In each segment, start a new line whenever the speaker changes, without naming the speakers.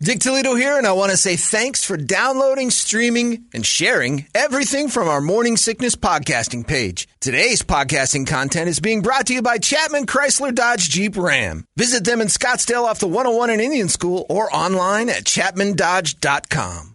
Dick Toledo here, and I want to say thanks for downloading, streaming, and sharing everything from our Morning Sickness podcasting page. Today's podcasting content is being brought to you by Chapman Chrysler Dodge Jeep Ram. Visit them in Scottsdale off the 101 in Indian School or online at chapmandodge.com.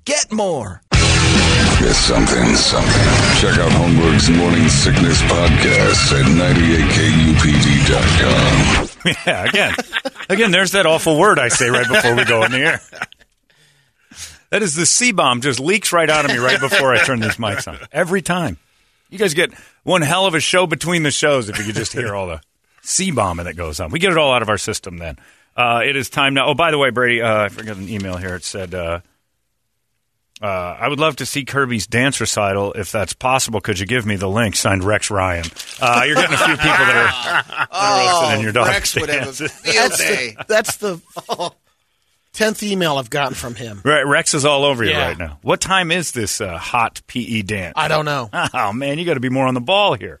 Get more.
It's something, something. Check out Homework's Morning Sickness Podcast at 98kupd.com.
Yeah, again, again, there's that awful word I say right before we go in the air. That is the C bomb just leaks right out of me right before I turn these mics on every time. You guys get one hell of a show between the shows if you could just hear all the C bombing that goes on. We get it all out of our system then. Uh, it is time now. Oh, by the way, Brady, uh, I forgot an email here. It said, uh, uh, I would love to see Kirby's dance recital if that's possible. Could you give me the link? Signed Rex Ryan. Uh, you're getting a few people that are, that are interested in your dog.
Oh, Rex would have a field
That's
day. Oh.
the, that's the tenth email I've gotten from him.
Right, Rex is all over you
Yeah.
right now. What time is this uh, hot PE dance?
I don't know.
Oh man, you got to be more on the ball here.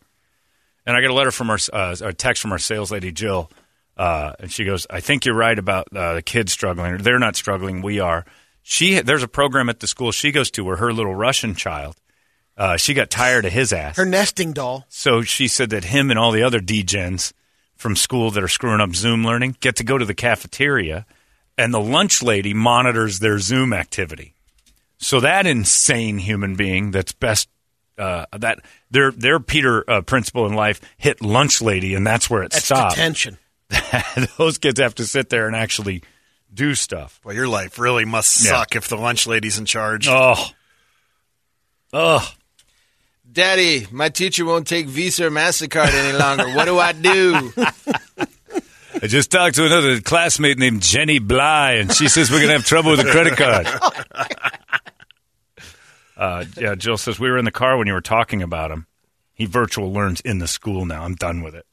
And I got a letter from our uh, a text from our sales lady Jill, uh, and she goes, "I think you're right about uh, the kids struggling. They're not struggling. We are." She there's a program at the school she goes to where her little Russian child, uh, she got tired of his ass.
Her nesting doll.
So she said that him and all the other degens from school that are screwing up Zoom learning get to go to the cafeteria, and the lunch lady monitors their Zoom activity. So that insane human being that's best uh, that their their Peter uh, principle in life hit lunch lady, and that's where it
That's
stopped.
detention.
Those kids have to sit there and actually do stuff.
Well, your life really must
Yeah.
suck if the lunch lady's in charge.
Oh, oh,
Daddy, my teacher won't take Visa or MasterCard any longer. What do I do?
I just talked to another classmate named Jenny Bly, and she says we're going to have trouble with a credit card. Uh, yeah, Jill says we were in the car when you were talking about him. He virtual learns in the school now. I'm done with it.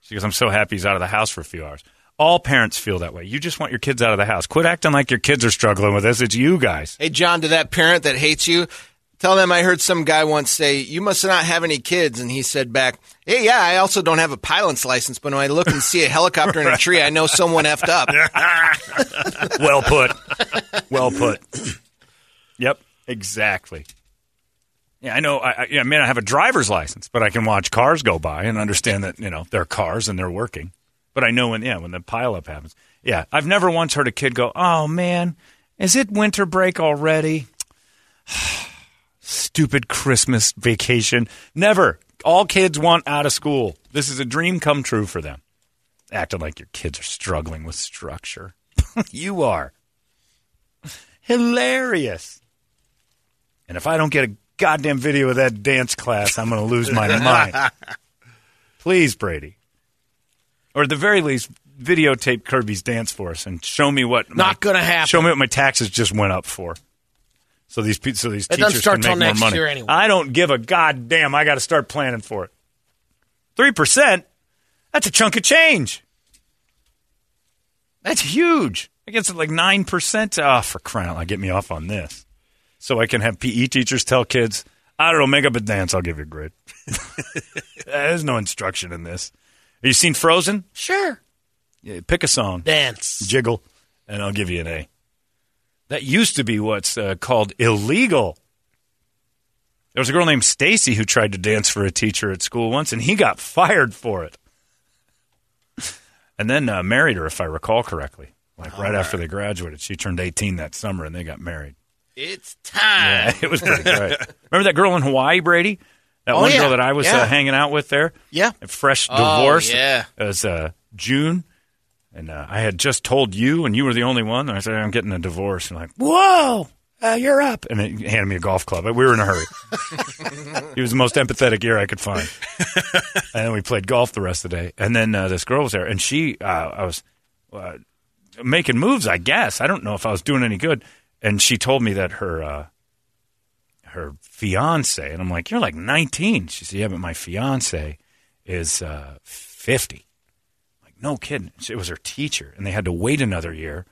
She goes, I'm so happy he's out of the house for a few hours. All parents feel that way. You just want your kids out of the house. Quit acting like your kids are struggling with this. It's you guys.
Hey, John, to that parent that hates you, tell them I heard some guy once say, You must not have any kids. And he said back, Hey, yeah, I also don't have a pilot's license, but when I look and see a helicopter in a tree, I know someone effed up.
Well put. Well put. Yep, exactly. Yeah, I know. I, I, yeah, I may not have a driver's license, but I can watch cars go by and understand that you know they're cars and they're working. But I know when yeah when the pileup happens. Yeah, I've never once heard a kid go, "Oh man, is it winter break already?" Stupid Christmas vacation. Never. All kids want out of school. This is a dream come true for them. Acting like your kids are struggling with structure. you are. Hilarious. And if I don't get a goddamn video of that dance class, I'm going to lose my mind. Please, Brady. Or at the very least, videotape Kirby's dance for us and show me what
Not gonna happen.
Show me what my taxes just went up for. So these pe- so these
It doesn't
teachers
start till
can make
next
more money.
year anyway.
I don't give a goddamn. I got to start planning for it. Three percent. That's a chunk of change. That's huge. I guess it's like 9%. Ah, for crying out loud, get me off on this. So I can have PE teachers tell kids, I don't know, make up a dance, I'll give you a grade. There's no instruction in this. Have you seen Frozen?
Sure.
Yeah, pick a song,
Dance.
jiggle, and I'll give you an A. That used to be what's uh, called illegal. There was a girl named Stacy who tried to dance for a teacher at school once, and he got fired for it. and then uh, married her, if I recall correctly. Like right after they graduated, she turned 18 that summer, and they got married.
It's
Ah.
time.
Yeah, it was pretty great. Remember that girl in Hawaii, Brady? That
Oh,
one
yeah.
girl that I was
Yeah.
uh, hanging out with there?
Yeah.
A Fresh
Oh,
divorce.
yeah.
It was uh, June. And uh, I had just told you, and you were the only one. And I said, I'm getting a divorce. And like, whoa, uh, you're up. And it handed me a golf club. We were in a hurry. he was the most empathetic ear I could find. and then we played golf the rest of the day. And then uh, this girl was there, and she, uh, I was uh, making moves, I guess. I don't know if I was doing any good. And she told me that her uh, her fiance, and I'm like, you're like 19. She said, yeah, but my fiance is uh, 50. Like, no kidding. It was her teacher, and they had to wait another year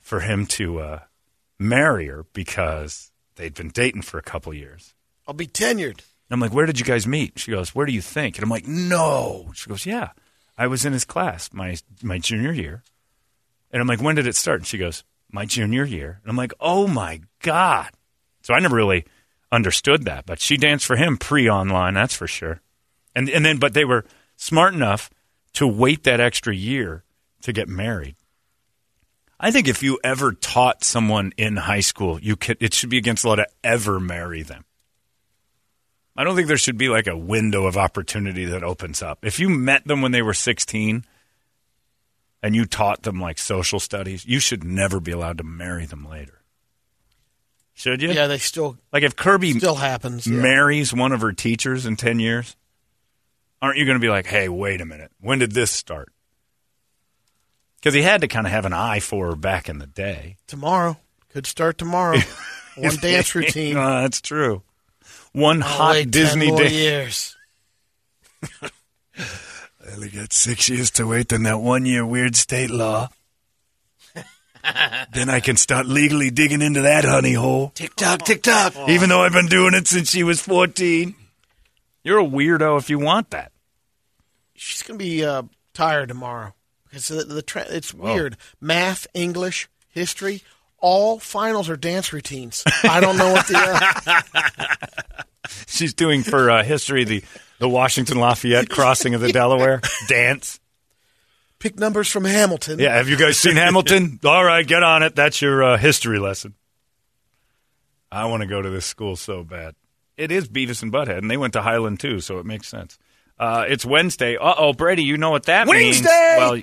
for him to uh, marry her because they'd been dating for a couple years.
I'll be tenured.
And I'm like, where did you guys meet? She goes, where do you think? And I'm like, no. She goes, yeah, I was in his class my my junior year. And I'm like, when did it start? And she goes, my junior year. And I'm like, oh my god. So I never really understood that, but she danced for him pre-online, that's for sure. And and then, but they were smart enough to wait that extra year to get married. I think if you ever taught someone in high school, you could, it should be against the law to ever marry them. I don't think there should be like a window of opportunity that opens up. If you met them when they were 16 and you taught them like social studies, you should never be allowed to marry them later. Should you?
Yeah, they still
Like if Kirby
still happens. Yeah.
marries one of her teachers in 10 years, aren't you going to be like, hey, wait a minute. When did this start? Because he had to kind of have an eye for her back in the day.
tomorrow could start tomorrow. One dance routine.
Uh, that's true. One
I'll
hot
wait 10
Disney
more
day.
years.
I only got six years to wait on that one year weird state law. then I can start legally digging into that honey hole. Tick tock, tick tock. Even though I've been doing it since she was 14. You're a weirdo if you want that.
She's gonna be uh, tired tomorrow because the, the tra- it's weird. Math, English, history, all finals are dance routines. I don't know what the. Uh,
she's doing for uh, history the the Washington Lafayette crossing of the Delaware dance.
pick numbers from Hamilton.
Yeah, have you guys seen Hamilton? All right, get on it. That's your uh, history lesson. I want to go to this school so bad. It is Beavis and Butthead, and they went to Highland too, so it makes sense. Uh, it's Wednesday. Uh oh, Brady, you know what that means?
Wednesday!
Well,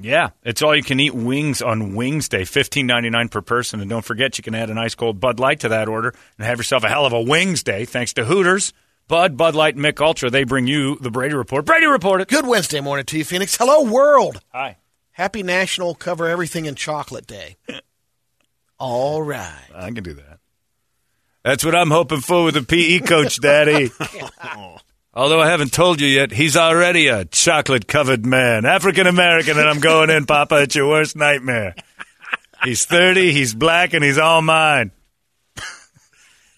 yeah, it's all you can eat wings on Wings Day, fifteen ninety nine per person, and don't forget you can add an ice cold Bud Light to that order and have yourself a hell of a Wings Day. Thanks to Hooters, Bud, Bud Light, and Mick Ultra, they bring you the Brady Report. Brady Report it.
Good Wednesday morning to you, Phoenix. Hello, world.
Hi.
Happy National Cover Everything in Chocolate Day. All right.
I can do that. That's what I'm hoping for with a PE coach, Daddy. Although I haven't told you yet, he's already a chocolate covered man, African American, and I'm going in, Papa. It's your worst nightmare. He's 30, he's black, and he's all mine.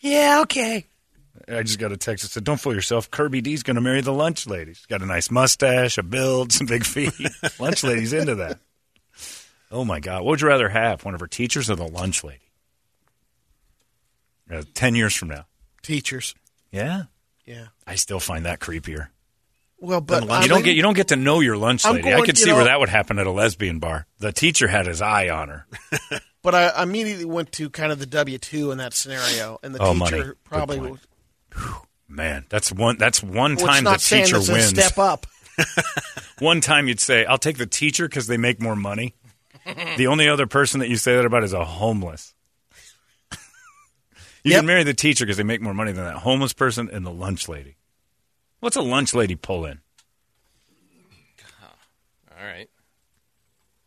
Yeah, okay.
I just got a text that said, Don't fool yourself. Kirby D's going to marry the lunch lady. She's got a nice mustache, a build, some big feet. lunch lady's into that. Oh, my God. What would you rather have? One of her teachers or the lunch lady? Uh, 10 years from now.
Teachers.
Yeah.
Yeah.
I still find that creepier.
Well, but I
you don't
mean,
get you don't get to know your lunch
I'm
lady. I
going,
could
you
see where
know-
that would happen at a lesbian bar. The teacher had his eye on her.
But I immediately went to kind of the W two in that scenario, and the
Oh, money.
teacher
Good
probably
point.
was-
Man, that's one that's one
well, it's
time the
not saying
teacher
that's a
wins.
step up.
One time you'd say, "I'll take the teacher because they make more money."
Eh.
the only other person that you say that about is a homeless. you
Yep.
can marry the teacher because they make more money than that homeless person and the lunch lady. What's a lunch lady pull in?
All right.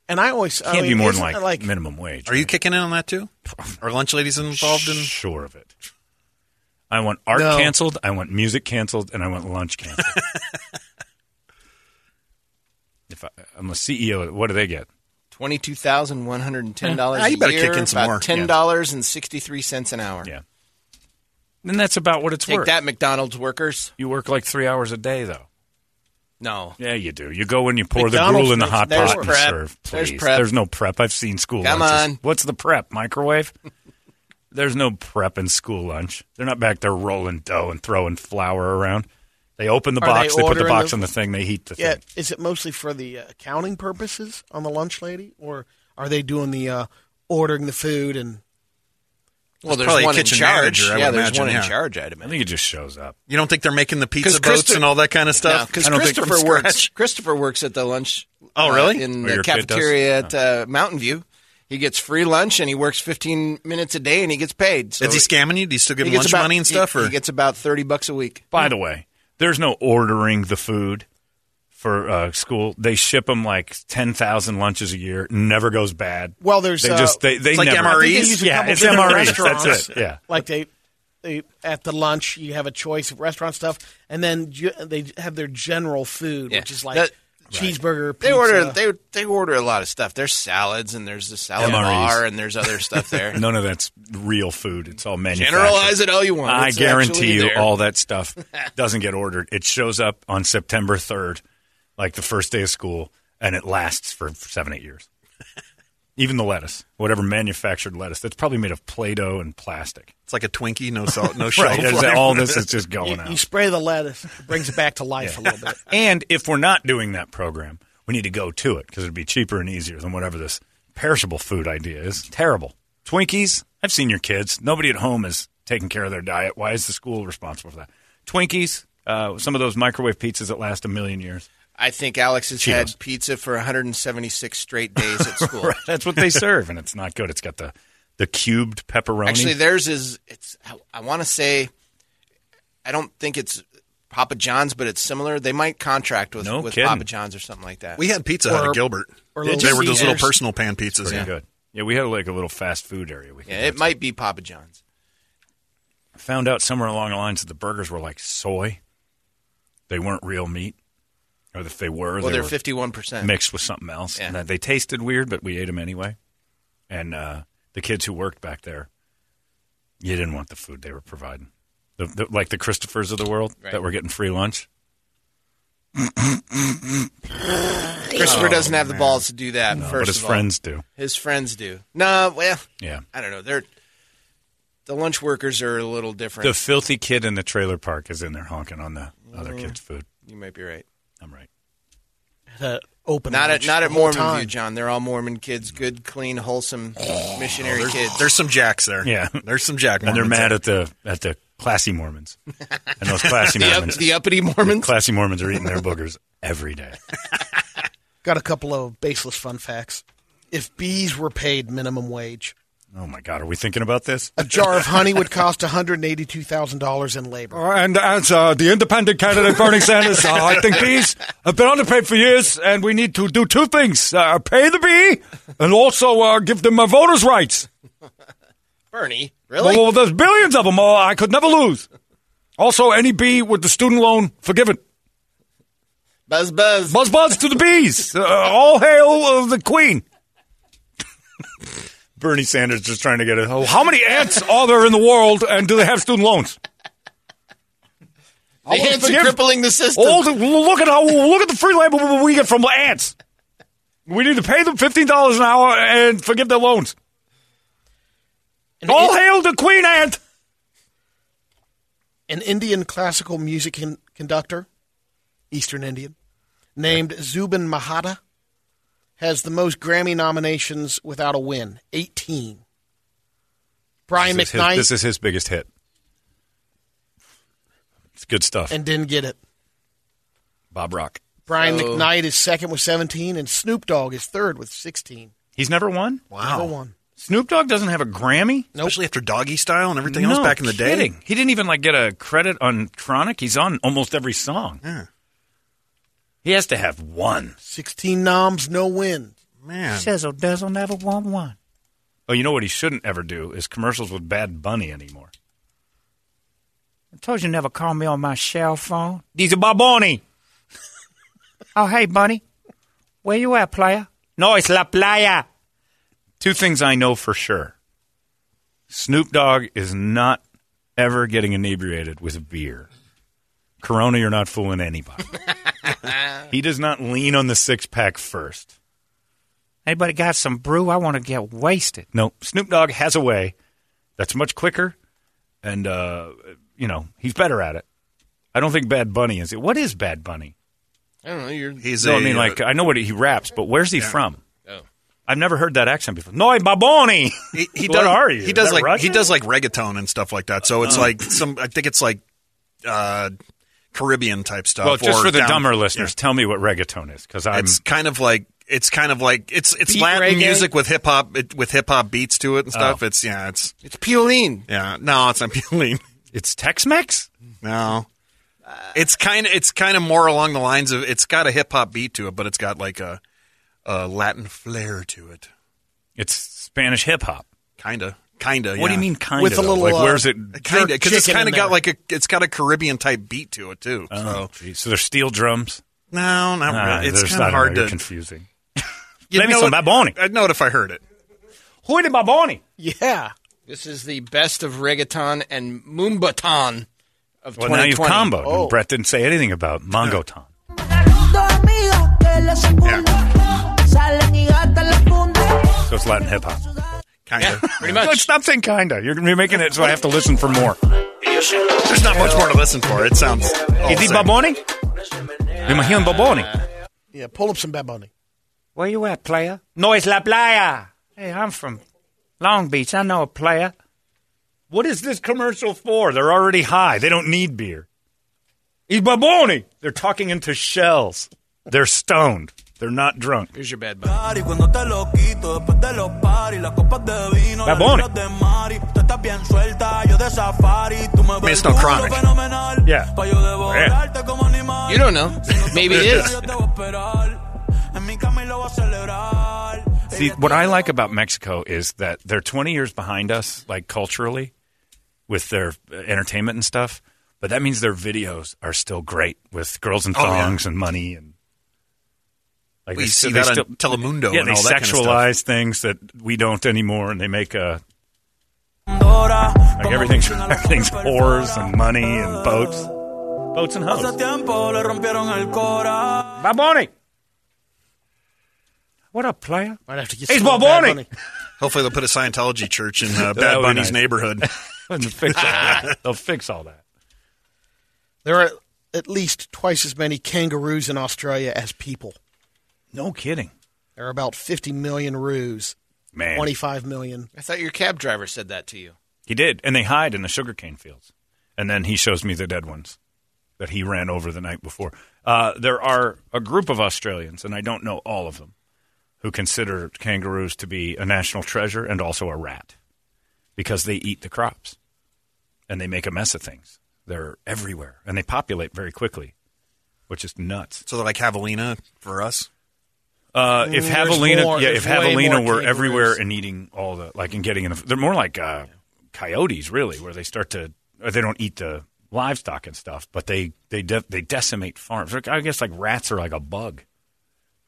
And I always I
Can't
mean,
be more than
isn't
like,
it
minimum wage.
Are you kicking in on that too? Are lunch ladies involved in?
sure of it. I want art
No.
canceled. I want music canceled, and I want lunch canceled. If I, I'm a CEO, what do they get?
Twenty-two thousand one hundred and ten dollars.
Yeah, you better
a year,
kick in some
about
more, yeah.
Ten dollars and sixty-three cents an hour.
Yeah. Then that's about what it's
Take
worth.
that, McDonald's workers.
You work like three hours a day, though.
No,
Yeah, you do. You go and you pour the
McDonald's
gruel in the
makes-
hot
there's
pot and
prep.
serve.
There's
Please. There's,
prep.
no prep. I've seen school
Come
lunches.
on.
What's the prep? Microwave? There's no prep in school lunch. They're not back there rolling dough and throwing flour around. They open the
Are
box,
they
they, put the
ordering
box
the-
on the thing, they heat the
Yeah,
thing.
is it mostly for the uh, accounting purposes on the lunch lady, or are they doing the uh, ordering the food and
well, there's
probably a
one in
kitchen
charge.
manager, I would
yeah, there's
imagine,
one in
yeah.
charge. I'd
I
imagine.
think it just shows up.
You don't think they're making the pizza
'Cause
boats
Christo-
and all that kind of stuff?
because
I don't think-
Christopher
from
works.
scratch.
Christopher works at the lunch.
Oh,
uh,
really?
in
Oh,
the
your kid does? Oh.
cafeteria at uh, Mountain View, he gets free lunch and he works 15 minutes a day and he gets paid. So
Is he scamming you? Do you still give
he
him
gets
lunch
about-
money and stuff?
He,
Or
he gets about 30 bucks a week.
By the way, there's no ordering the food for uh, school. They ship them like 10,000 lunches a year. Never goes bad.
Well, there's,
They
uh,
just, they, they
it's like
never.
MREs.
They use a
Yeah,
couple
it's
different
MREs. That's
restaurants.
it. Yeah.
like they, they at the lunch you have a choice of restaurant stuff, and then ju- they have their general food,
Yeah.
which is like
That-
cheeseburger.
They
pizza.
order they they order a lot of stuff. There's salads and there's the salad
MREs.
bar and there's other stuff there.
None of that's real food. It's all manufactured.
Generalize it all you want.
I
It's
guarantee
actually
you,
there.
all that stuff doesn't get ordered. It shows up on September third, like the first day of school, and it lasts for seven, eight years. Even the lettuce, whatever manufactured lettuce, that's probably made of Play-Doh and plastic.
it's like a Twinkie, no salt, no
Right,
shelf
as
life.
all this is just going
You, you
out.
spray the lettuce, it brings it back to life a little bit.
And if we're not doing that program, we need to go to it because it'd be cheaper and easier than whatever this perishable food idea is. Terrible. Twinkies, I've seen your kids. Nobody at home is taking care of their diet. Why is the school responsible for that? Twinkies, uh, some of those microwave pizzas that last a million years.
I think Alex has
Cheetos.
had pizza for 176 straight days at school.
That's what they serve, and it's not good. It's got the, the cubed pepperoni.
Actually, theirs is it's. I- I want to say, I don't think it's Papa John's, but it's similar. They might contract with
No
with
kidding.
Papa John's or something like that.
We had pizza out
Or-
of Gilbert.
or
they
Little
were those little
Caesars.
personal pan pizzas.
pretty
Yeah.
good. Yeah, we had like a little fast food area. We could
yeah,
go
it
to.
might be Papa John's.
found out somewhere along the lines that the burgers were like soy. They weren't real meat, or if they were,
Well,
they
they're
were
51 percent.
mixed with something else.
Yeah.
And that they tasted weird, but we ate them anyway. And uh, the kids who worked back there, you didn't want the food they were providing, the, the, like the Christophers of the world that were getting free lunch.
Uh,
Christopher doesn't have
Oh,
the balls to do that.
No,
first
but his
of all.
friends do.
his friends do. No, well,
Yeah,
I don't know. They're the lunch workers are a little different.
the filthy kid in the trailer park is in there honking on the other kids' food.
Mm, you might be right.
I'm right.
The open
Not at
lunch
not
the
at
whole
Mormon
time.
View, John. They're all Mormon kids, good, clean, wholesome missionary
Oh,
kids.
There's some jacks there.
Yeah.
There's some jack
And they're
Mormons
mad
there.
at the at the classy Mormons and those classy
the, up,
Mormons.
the uppity Mormons.
Classy Mormons are eating their boogers every day.
Got a couple of baseless fun facts. If bees were paid minimum wage,
Oh my God, are we thinking about this?
a jar of honey would cost one hundred eighty-two thousand dollars in labor.
And as uh, the independent candidate Bernie Sanders, uh, I think bees have been underpaid for years, and we need to do two things: uh, pay the bee, and also uh, give them my voters' rights.
Bernie, really?
Well, there's billions of them. Uh, I could never lose. Also, any bee with the student loan forgiven.
Buzz, buzz.
Buzz buzz to the bees. Uh, all hail of the queen. Bernie Sanders just trying to get it. How many ants are there in the world, and do they have student loans?
The
wanna
ants are
forgive-
crippling the system.
All the, look at how look at the free labor we get from ants. We need to pay them fifteen dollars an hour and forgive their loans.
An,
All
in-
hail the queen ant.
an Indian classical music con- conductor, Eastern Indian, named Zubin Mahata, has the most Grammy nominations without a win, eighteen. Brian McKnight
is his biggest hit. It's good stuff.
and didn't get it.
Bob Rock.
Brian McKnight is second with seventeen, and Snoop Dogg is third with sixteen.
He's never won.
Wow.
Number one.
Snoop Dogg doesn't have a Grammy.
Especially after doggy style and everything else back in the day.
kidding. He didn't even like get a credit on Chronic. He's on almost every song.
Yeah.
He has to have one.
Sixteen noms, no win.
Man.
Sizzle Dizzle never want one. Oh, you know what he shouldn't ever do is commercials with Bad Bunny anymore. I told you never call me on my cell phone. These are my Bunny. oh, hey, Bunny. Where you at, playa? No, it's la playa. Two things I know for sure. Snoop Dogg is not ever getting inebriated with a beer. Corona, you're not fooling anybody. he does not lean on the six pack first. Anybody got some brew? I want to get wasted. No, Snoop Dogg has a way that's much quicker, and uh, you know he's better at it. I don't think Bad Bunny is. What is Bad Bunny?
I don't know. You're
He's
No,
a,
I mean
uh,
like I know what he raps, but where's he from?
oh.
I've never heard that accent before. No, Baboni.
he, he
What
does,
are you?
He
Is
does
that
like he
Russian? Oh.
does like reggaeton and stuff like that. So it's like some. I think it's like uh, Caribbean type stuff.
Well, just
or
for the
down-
dumber
yeah.
listeners, tell me what reggaeton is because I'm
it's kind of like it's kind of like it's it's
Beat
Latin
reggae?
music with hip hop it, with hip hop beats to it
Oh.
and stuff. It's yeah, it's
It's Piolín.
yeah. No, it's not Piolín.
it's Tex-Mex.
No, it's kind of it's kind of more along the lines of it's got a hip hop beat to it, but it's got like a a Latin flair to it.
It's Spanish hip hop.
Kinda, kinda.
What do
yeah.
you mean kind
With a
of?
little,
like
uh,
where's it?
Kinda, because it's
chicken in
kind of got
there.
like a it's got a Caribbean type beat to it too.
Oh,
So
geez. so there's steel drums.
no, not
Ah,
really. It's
there's-
kind
I don't
of
know,
hard
you're
to.
confusing.
You'd
Let me
know
some
it-
Baboni.
I'd know it if I heard it.
Who did Baboni?
Yeah.
This is the best of reggaeton and mumbaton of
Well,
2020.
now you've comboed.
Oh.
And Brett didn't say anything about Mongoton.
dormido que la secunda salen y hasta la funda.
So it's Latin hip hop.
Kinda.
Pretty much.
Stop saying kinda. You're, you're making it so I have to listen for more.
There's not much more to listen for. It sounds. all
Is
the
it
same.
Baboni? Am I hearing Baboni?
Yeah, pull up some Bad Bunny.
Where you at, player? No, it's La Playa. Hey, I'm from Long Beach. I know a player. What is this commercial for? They're already high. They don't need beer. He's Baboni. They're talking into shells. They're stoned. They're not drunk.
Here's your bad bunny.
Cuando te lo quito después de los paris, las copas de vino, las
Bad Bunny.
libras de Mari, tú estás bien suelta, yo de safari, tú me ves
Mr.
el culo
Chronic.
fenomenal,
Yeah.
pa' yo devorarte como animal.
You don't know. Maybe it is.
Yo te voy a esperar, en mi cama y lo voy a celebrar.
See, what I like about Mexico is that they're 20 years behind us, like culturally, with their uh, entertainment and stuff. But that means their videos are still great with girls and
Oh, yeah.
thongs and money and like
We
they
see
st-
that on Telemundo
Yeah,
and
they
all that kind of stuff.
sexualize things that we don't anymore, and they make uh,
Pandora,
like
como
everything's
dicen a las
everything's whores
superflora.
and money and boats, boats and
Hace
hoes.
tiempo le rompieron el cora.
Baboni, what up, player?
Might have to get
He's
some more
Bob
Bad
Bunny.
Bunny.
Hopefully, they'll put a Scientology church in uh,
That
Bad
would be nice.
Bunny's neighborhood.
They'll fix all that. They'll fix all that.
There are at least twice as many kangaroos in Australia as people.
No kidding,
There are about 50 million roos,
man.
25 million.
I thought your cab driver said that to you.
He did, and they hide in the sugarcane fields. And then he shows me the dead ones that he ran over the night before. Uh, there are a group of Australians, and I don't know all of them, who consider kangaroos to be a national treasure and also a rat because they eat the crops and they make a mess of things. They're everywhere and they populate very quickly, which is nuts.
So they're like Javelina for us.
Uh, if
Mm, there's
javelina,
more-
yeah, if
there's way more
javelina were
kangaroos.
everywhere and eating all the like and getting in, the, they're more like uh, coyotes, really, where they start to or they don't eat the livestock and stuff, but they they de- they decimate farms. Like, I guess like rats are like a bug.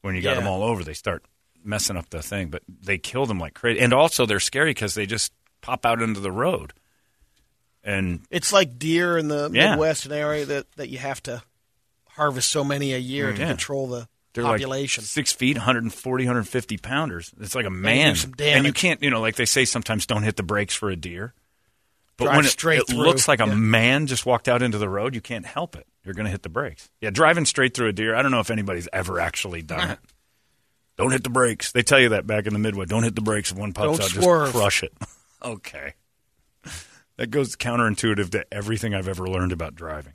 When you got them all over, they start messing up the thing, but they kill them like crazy. And also, they're scary because they just pop out into the road. And
It's like deer in the
Yeah.
Midwestern area that, that you have to harvest so many a year to
Mm, Yeah.
control the
They're
population.
like six feet, 140, 150 pounders. It's like a man.
some damage.
and you can't, you know, like they say sometimes don't hit the brakes for a deer. But
Drive
when it,
straight
it
through.
looks like a
Yeah.
man just walked out into the road, you can't help it. You're going to hit the brakes. Yeah, driving straight through a deer. I don't know if anybody's ever actually done it. Don't hit the brakes. They tell you that back in the Midwest. Don't hit the brakes if one pops
Don't
out.
swerve.
Just crush it. okay. That goes counterintuitive to everything I've ever learned about driving.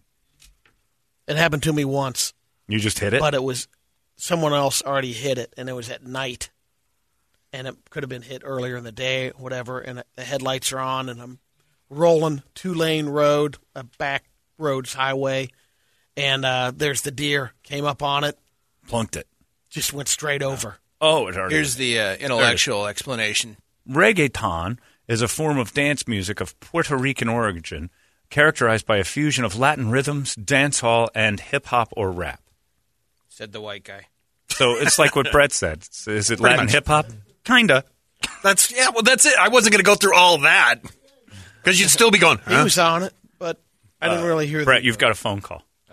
it happened to me once,
You just hit it.
but it was someone else already hit it, and it was at night. And it could have been hit earlier in the day, whatever. And the headlights are on, and I'm rolling two lane road, a back roads highway, and uh, there's the deer came up on it,
Plunked it.
just went straight over.
Oh, it already
Here's the uh, intellectual explanation.
Reggaeton is a form of dance music of Puerto Rican origin, characterized by a fusion of Latin rhythms, dancehall, and hip hop or rap.
Said the white guy.
So it's like what Brett said. Is it Latin
much.
hip hop? Kinda.
That's yeah. Well, that's it. I wasn't going to go through all that because you'd still be going.
He
huh?
was on it, but I didn't really hear
Uh, Brett,
the-
you've got a phone call.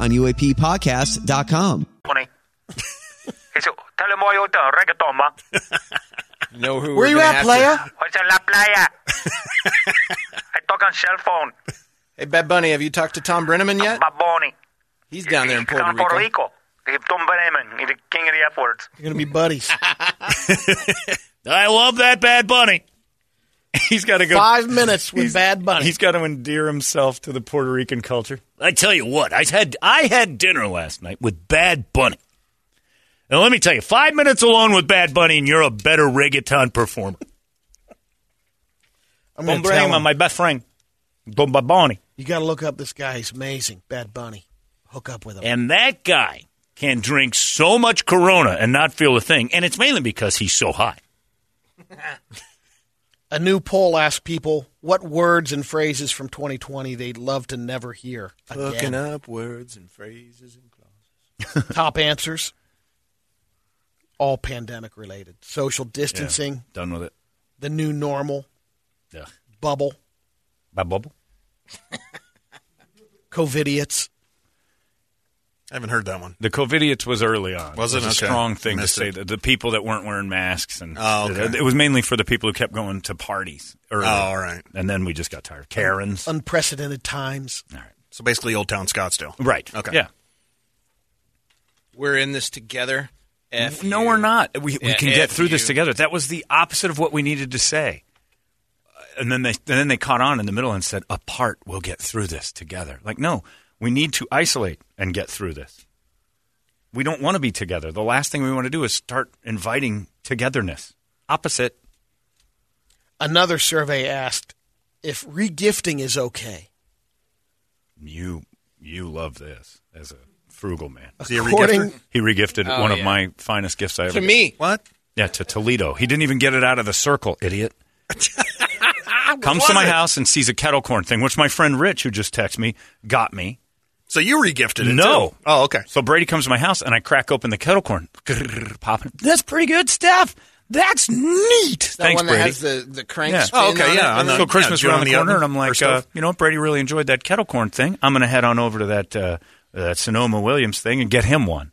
on UAPpodcast.com.
know who
Where
we're
you
gonna
at,
have to-
player?
Hey, Bad Bunny, have you talked to Tom Brenneman yet? He's down there in Puerto Rico.
You're going to be buddies.
I love that Bad Bunny. He's got to go.
Five minutes with Bad Bunny.
He's got to endear himself to the Puerto Rican culture. I tell you what, I had I had dinner last night with Bad Bunny. And let me tell you, five minutes alone with Bad Bunny, and you're a better reggaeton performer.
I'm going to tell
Bombrema,
him.
my best friend, Don Bad Bunny.
you got to look up this guy. He's amazing. Bad Bunny. Hook up with him.
And that guy can drink so much Corona and not feel a thing, and it's mainly because he's so high.
A new poll asked people what words and phrases from 2020 they'd love to never hear.
Looking
Again.
up words and phrases and clauses.
Top answers all pandemic related. Social distancing,
Done with it.
the new normal,
Yeah.
bubble,
Bad bubble.
COVIDiots.
I haven't heard that one.
The COVIDiots was early on.
Was it?
a
Okay.
strong thing to
Missed
say.
it.
The, the people that weren't wearing masks and
Oh, okay.
it was mainly for the people who kept going to parties. Early.
Oh, all right.
And then we just got tired. Karens.
Unprecedented times.
So basically, Old Town Scottsdale.
Right.
Okay.
Yeah.
We're in this together. eh, F
no,
you.
we're not. We, we
Yeah,
can get
F
through this
you.
together. That was the opposite of what we needed to say. Uh, And then they and then they caught on in the middle and said, "Apart, we'll get through this together." Like, no, we need to isolate and get through this. We don't want to be together. The last thing we want to do is start inviting togetherness. Opposite.
Another survey asked if regifting is okay.
You you love this as a frugal man.
Is he a
According-
regifter?
He regifted one
Oh,
of
yeah.
my finest gifts I ever
To
got.
me,
What?
Yeah, to Toledo. He didn't even get it out of the circle, idiot. Comes to my house and sees a kettle corn thing, which my friend Rich, who just texted me, got me.
So you regifted it?
No.
too. Oh, okay.
So Brady comes to my house and I crack open the kettle corn. Popping. That's pretty good stuff. That's neat.
that
Thanks,
one that
Brady.
has the, the crank
Yeah.
spin
Oh, okay,
on it.
yeah, on
And
the-
so Christmas
yeah,
around the
Joe in the
corner, and
oven
I'm
or
like,
stuff.
uh, you know, what, Brady really enjoyed that kettle corn thing. I'm going to head on over to that uh, that Sonoma Williams thing and get him one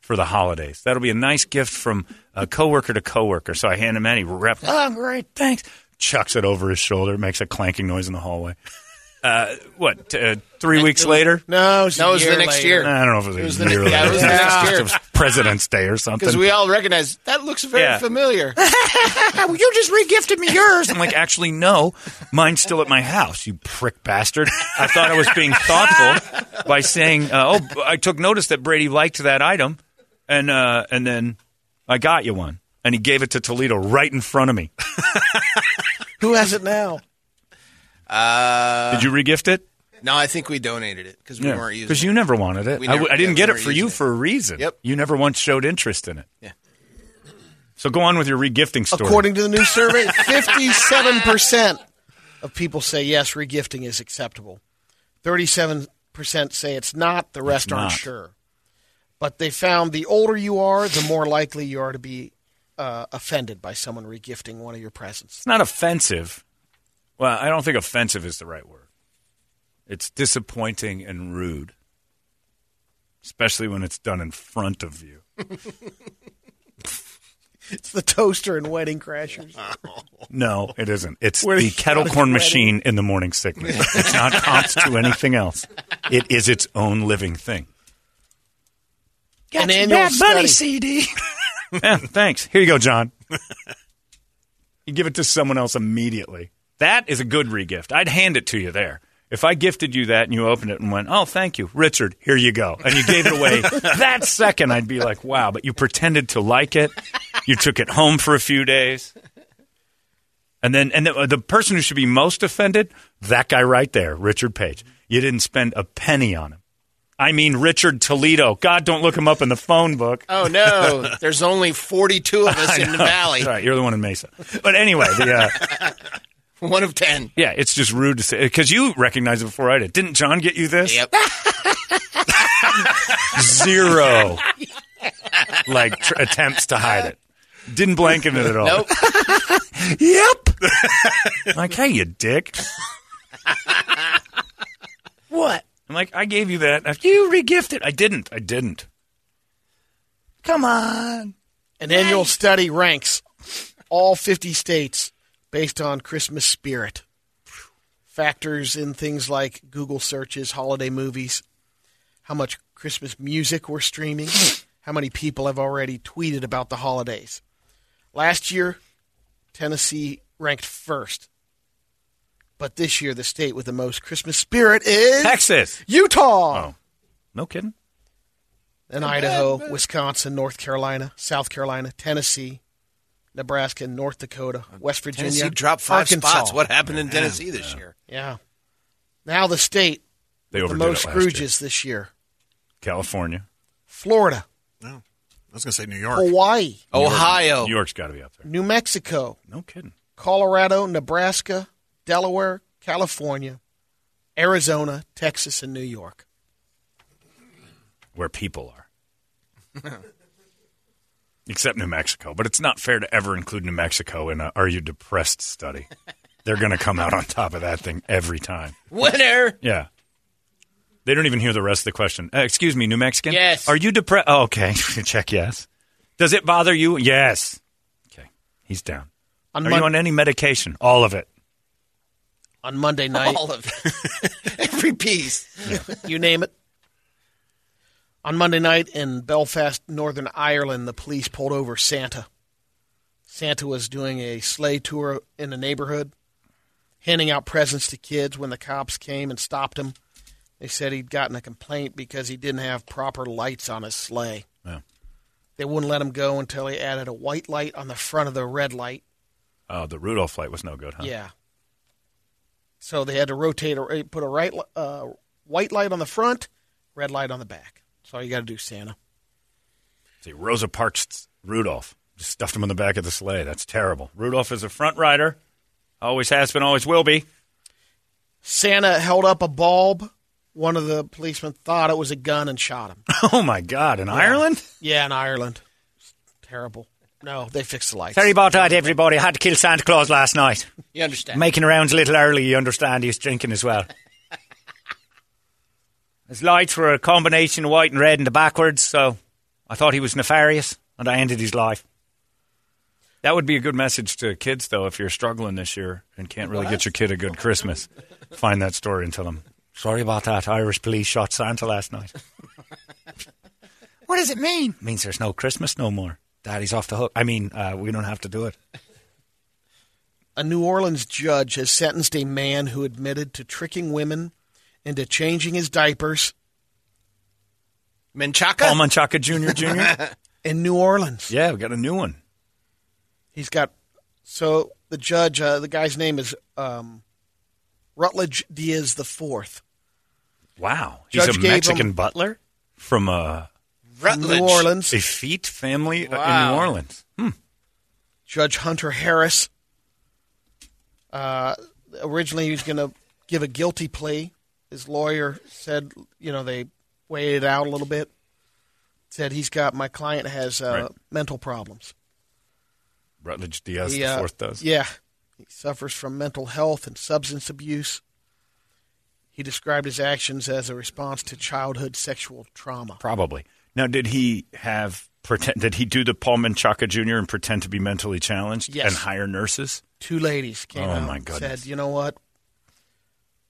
for the holidays. That'll be a nice gift from a coworker to coworker. So I hand him that. He rep, oh, great, thanks. Chucks it over his shoulder, makes a clanking noise in the hallway. Uh, what? t- Uh, three weeks later?
No, it was, a
That was
year
the next
later.
year.
I don't know if it was,
It was
a
the-
year
yeah,
later.
it was the next year.
It was President's Day or something.
Because we all recognize that looks very
Yeah.
familiar.
you just regifted me yours. I'm like, actually, no. Mine's still at my house, you prick bastard. I thought I was being thoughtful by saying, uh, oh, I took notice that Brady liked that item, and uh, and then I got you one. And he gave it to Toledo right in front of me.
Who has it now?
Uh,
Did you regift it?
no, I think we donated it because we weren't using
Because
it.
you never wanted it.
We
I w-
never-
I, didn't
yeah, we
get it
weren't
for you
using it.
for a reason.
Yep.
You never once showed interest in it.
Yeah.
So go on with your regifting story.
According to the new survey, 57% of people say yes, regifting is acceptable. 37% say it's not, the rest
It's
aren't
not.
sure. But they found the older you are, the more likely you are to be uh, offended by someone regifting one of your presents.
it's not offensive. Well, I don't think offensive is the right word. It's disappointing and rude, especially when it's done in front of you.
It's the toaster and wedding crashers.
No, it isn't. It's
Where
the
you
kettle
got a
corn
wedding.
machine in the morning sickness. It's not comps to anything else. It is its own living thing.
An annual study.
CD. yeah, thanks. Here you go, John. you give it to someone else immediately. That is a good regift. I'd hand it to you there. If I gifted you that and you opened it and went, "Oh, thank you, Richard. Here you go," and you gave it away that second, I'd be like, "Wow!" But you pretended to like it. You took it home for a few days, and then and the, the person who should be most offended, that guy right there, Richard Page. You didn't spend a penny on him. I mean, Richard Toledo. God, don't look him up in the phone book.
Oh no, there's only 42 of us
I
in the
know.
valley.
That's right, you're the one in Mesa. But anyway, the, uh,
One of 10.
yeah, it's just rude to say because you recognized it before I did. Didn't John get you this?
Yep.
Zero, like tr- attempts to hide it. Didn't blanket it at all.
Nope.
Yep. like, hey, you dick. what? I'm like, I gave you that. After you regifted. I didn't. I didn't. Come on.
An annual study ranks all 50 states based on Christmas spirit. Factors in things like Google searches, holiday movies, how much Christmas music we're streaming, how many people have already tweeted about the holidays. Last year, Tennessee ranked first. But this year, the state with the most Christmas spirit is
Texas.
Utah.
Oh. No kidding.
then Idaho, Wisconsin, North Carolina, South Carolina, Tennessee, Nebraska, North Dakota, West Virginia.
Tennessee dropped five
Arkansas.
spots. What happened in Tennessee this year?
Yeah. Now the state
They
with the
overdid
most
it last year.
Scrooges this year:
California.
Florida,
No. I was going to say New York.
Hawaii,
Ohio.
New York's got to be up there.
New Mexico,
No kidding.
Colorado, Nebraska, Delaware, California, Arizona, Texas, and New York.
Where people are. Except New Mexico. But it's not fair to ever include New Mexico in a Are You Depressed study. They're going to come out on top of that thing every time.
Winner.
Yeah. They don't even hear the rest of the question. Uh, excuse me, New Mexican?
Yes.
Are you depressed? Oh, okay. Check yes. Does it bother you? Yes. Okay. He's down.
On,
Are
Mon-
you on any medication? All of it.
on Monday night,
All of it. Every piece.
you name it. On Monday night in Belfast, Northern Ireland, the police pulled over Santa. Santa was doing a sleigh tour in the neighborhood, handing out presents to kids when the cops came and stopped him. They said he'd gotten a complaint because he didn't have proper lights on his sleigh.
Yeah.
They wouldn't let him go until he added a white light on the front of the red light.
Oh, the Rudolph flight was no good, huh?
Yeah. So they had to rotate, a- eh, put a right, li- uh, white light on the front, red light on the back. That's all you got to do, Santa.
See, Rosa Parks Rudolph just stuffed him in the back of the sleigh. That's terrible. Rudolph is a front rider, always has been, always will be.
Santa held up a bulb. One of the policemen thought it was a gun and shot him.
Oh my God! In Ireland,
yeah, in Ireland. Terrible. No, they fixed the lights.
about that, everybody. Had to kill Santa Claus last night.
You understand?
Making rounds a little early, you understand. He was drinking as well. His lights were a combination of white and red in the backwards, so I thought he was nefarious, and I ended his life. That would be a good message to kids, though, if you're struggling this year and can't really get your kid a good Christmas. Find that story and tell them, sorry about that. Irish police shot Santa last night. what does it mean? It means there's no Christmas no more. Daddy's off the hook. I mean, uh, we don't have to do it.
a New Orleans judge has sentenced a man who admitted to tricking women into changing his diapers
Menchaca.
Paul Manchaca Jr. Jr.?
in New Orleans.
yeah, we got a new one.
He's got so the judge, uh, the guy's name is um, Rutledge Diaz the Fourth,
Wow.
Judge
He's a
gave
Mexican
him-
butler from uh,
Rutledge.
New Orleans.
a effete family uh, in
Wow.
New Orleans.
Judge Hunter Harris. Uh, originally, he was going to give a guilty plea. His lawyer said, you know, they weighed it out a little bit. Said he's got my client has uh,
Right.
mental problems.
Rutledge Diaz
He,
the
uh,
fourth does.
Yeah. He suffers from mental health and substance abuse. He described his actions as a response to childhood sexual trauma.
Probably. Now, did he have pretend? Did he do the Paul Menchaca Jr. and pretend to be mentally challenged
Yes.
and hire nurses?
two ladies came
Oh,
out
my
and
goodness.
said, "You know what?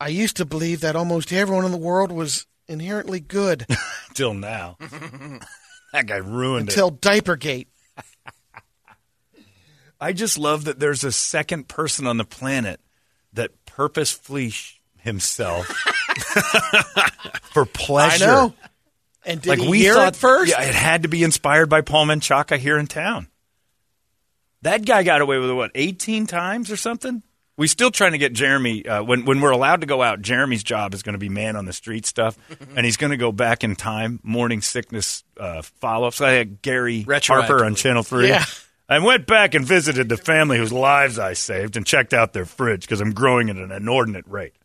I used to believe that almost everyone in the world was inherently good
Till now, that guy ruined it.
until Diapergate."
I just love that there's a second person on the planet that purposefully sh- himself for pleasure.
I know. And did
like
he
we
hear
thought
it first?
Yeah, it had to be inspired by Paul Menchaca here in town. That guy got away with it, what eighteen times or something. We still trying to get Jeremy uh, when when we're allowed to go out. Jeremy's job is going to be man on the street stuff, and he's going to go back in time morning sickness uh, follow ups. I had Gary Harper on Channel Three.
Yeah.
I went back and visited the family whose lives I saved and checked out their fridge because I'm growing at an inordinate rate.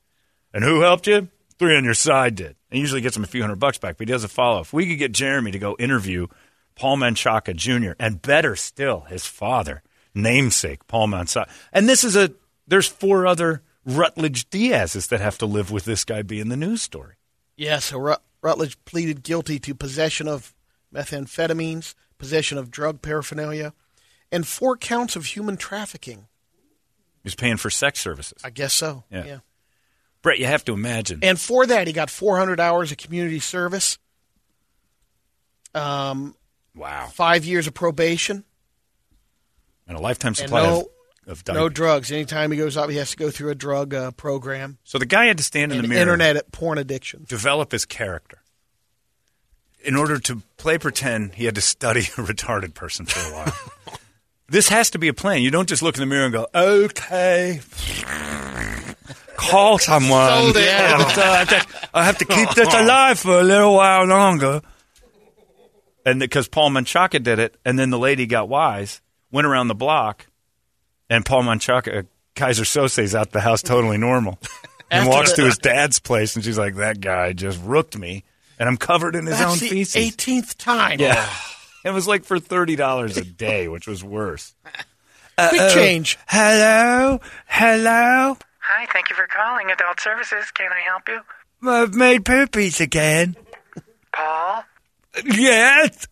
And who helped you? Three on your side did. And usually gets him a few hundred bucks back, but he does a follow. If we could get Jeremy to go interview Paul Menchaca Jr. and better still, his father, namesake Paul Menchaca. And this is a there's four other Rutledge Diaz's that have to live with this guy being the news story.
Yeah, so Rut- Rutledge pleaded guilty to possession of methamphetamines, possession of drug paraphernalia, and four counts of human trafficking.
He's paying for sex services.
I guess so.
Yeah. Brett, you have to imagine.
And for that, he got 400 hours of community service, um,
wow.
five years of probation,
And a lifetime
and
supply
no,
of, of
no
diapers.
drugs. Anytime he goes out, he has to go through a drug uh, program
So the guy had to stand in
and
the mirror.
internet porn addiction.
develop his character. In order to play pretend, he had to study a retarded person for a while. this has to be a plan. You don't just look in the mirror and go, okay, call someone.
Sold it.
Yeah, but, uh, I have to- I have to keep this alive for a little while longer. And because Paul Menchaca did it, and then the lady got wise, went around the block, and Paul Menchaca, uh, Kaiser Sose's out the house totally normal and
After
walks
the-
to his dad's place, and she's like, "That guy just rooked me, and I'm covered in his
That's
own
the
feces."
18th time.
Yeah, it was like for thirty dollars a day, which was worse. Uh,
Quick change.
Hello, hello,
Hi, thank you for calling Adult Services. Can I help you?
I've made poopies again.
Paul,
Yes,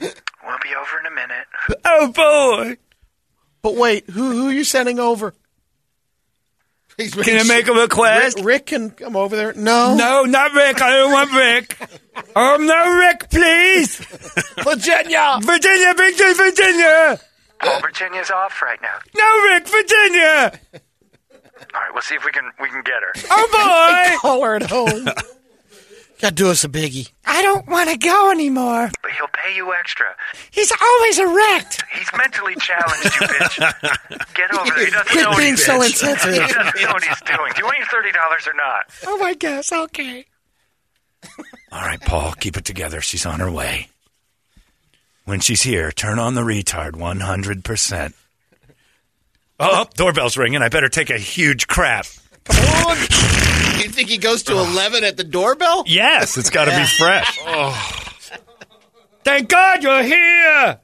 we'll be over in a minute.
oh boy,
But wait, who who are you sending over? He's
can I make a
Rick,
request?
Rick can come over there. No,
No, not Rick. I don't want Rick. Oh no, Rick, please,
Virginia.
Virginia, big to Virginia.
Paul, Virginia's off right now.
No, Rick, Virginia.
All right, we'll see if we can we can get her.
Oh boy.
Call her at home. God, do us a biggie.
I don't want to go anymore.
But he'll pay you extra.
He's always erect.
He's mentally challenged, you bitch. Get over there. He doesn't know
Quit
what
being
he's
so
He
insensitive.
doesn't know what he's doing. Do you want your thirty dollars or not?
Oh, I guess. Okay. All right, Paul, keep it together. She's on her way. When she's here, turn on the retard 100%. Oh, doorbell's ringing. I better take a huge crap.
You think he goes to 11 at the doorbell?
Yes, it's got to be fresh. Oh. Thank God you're here.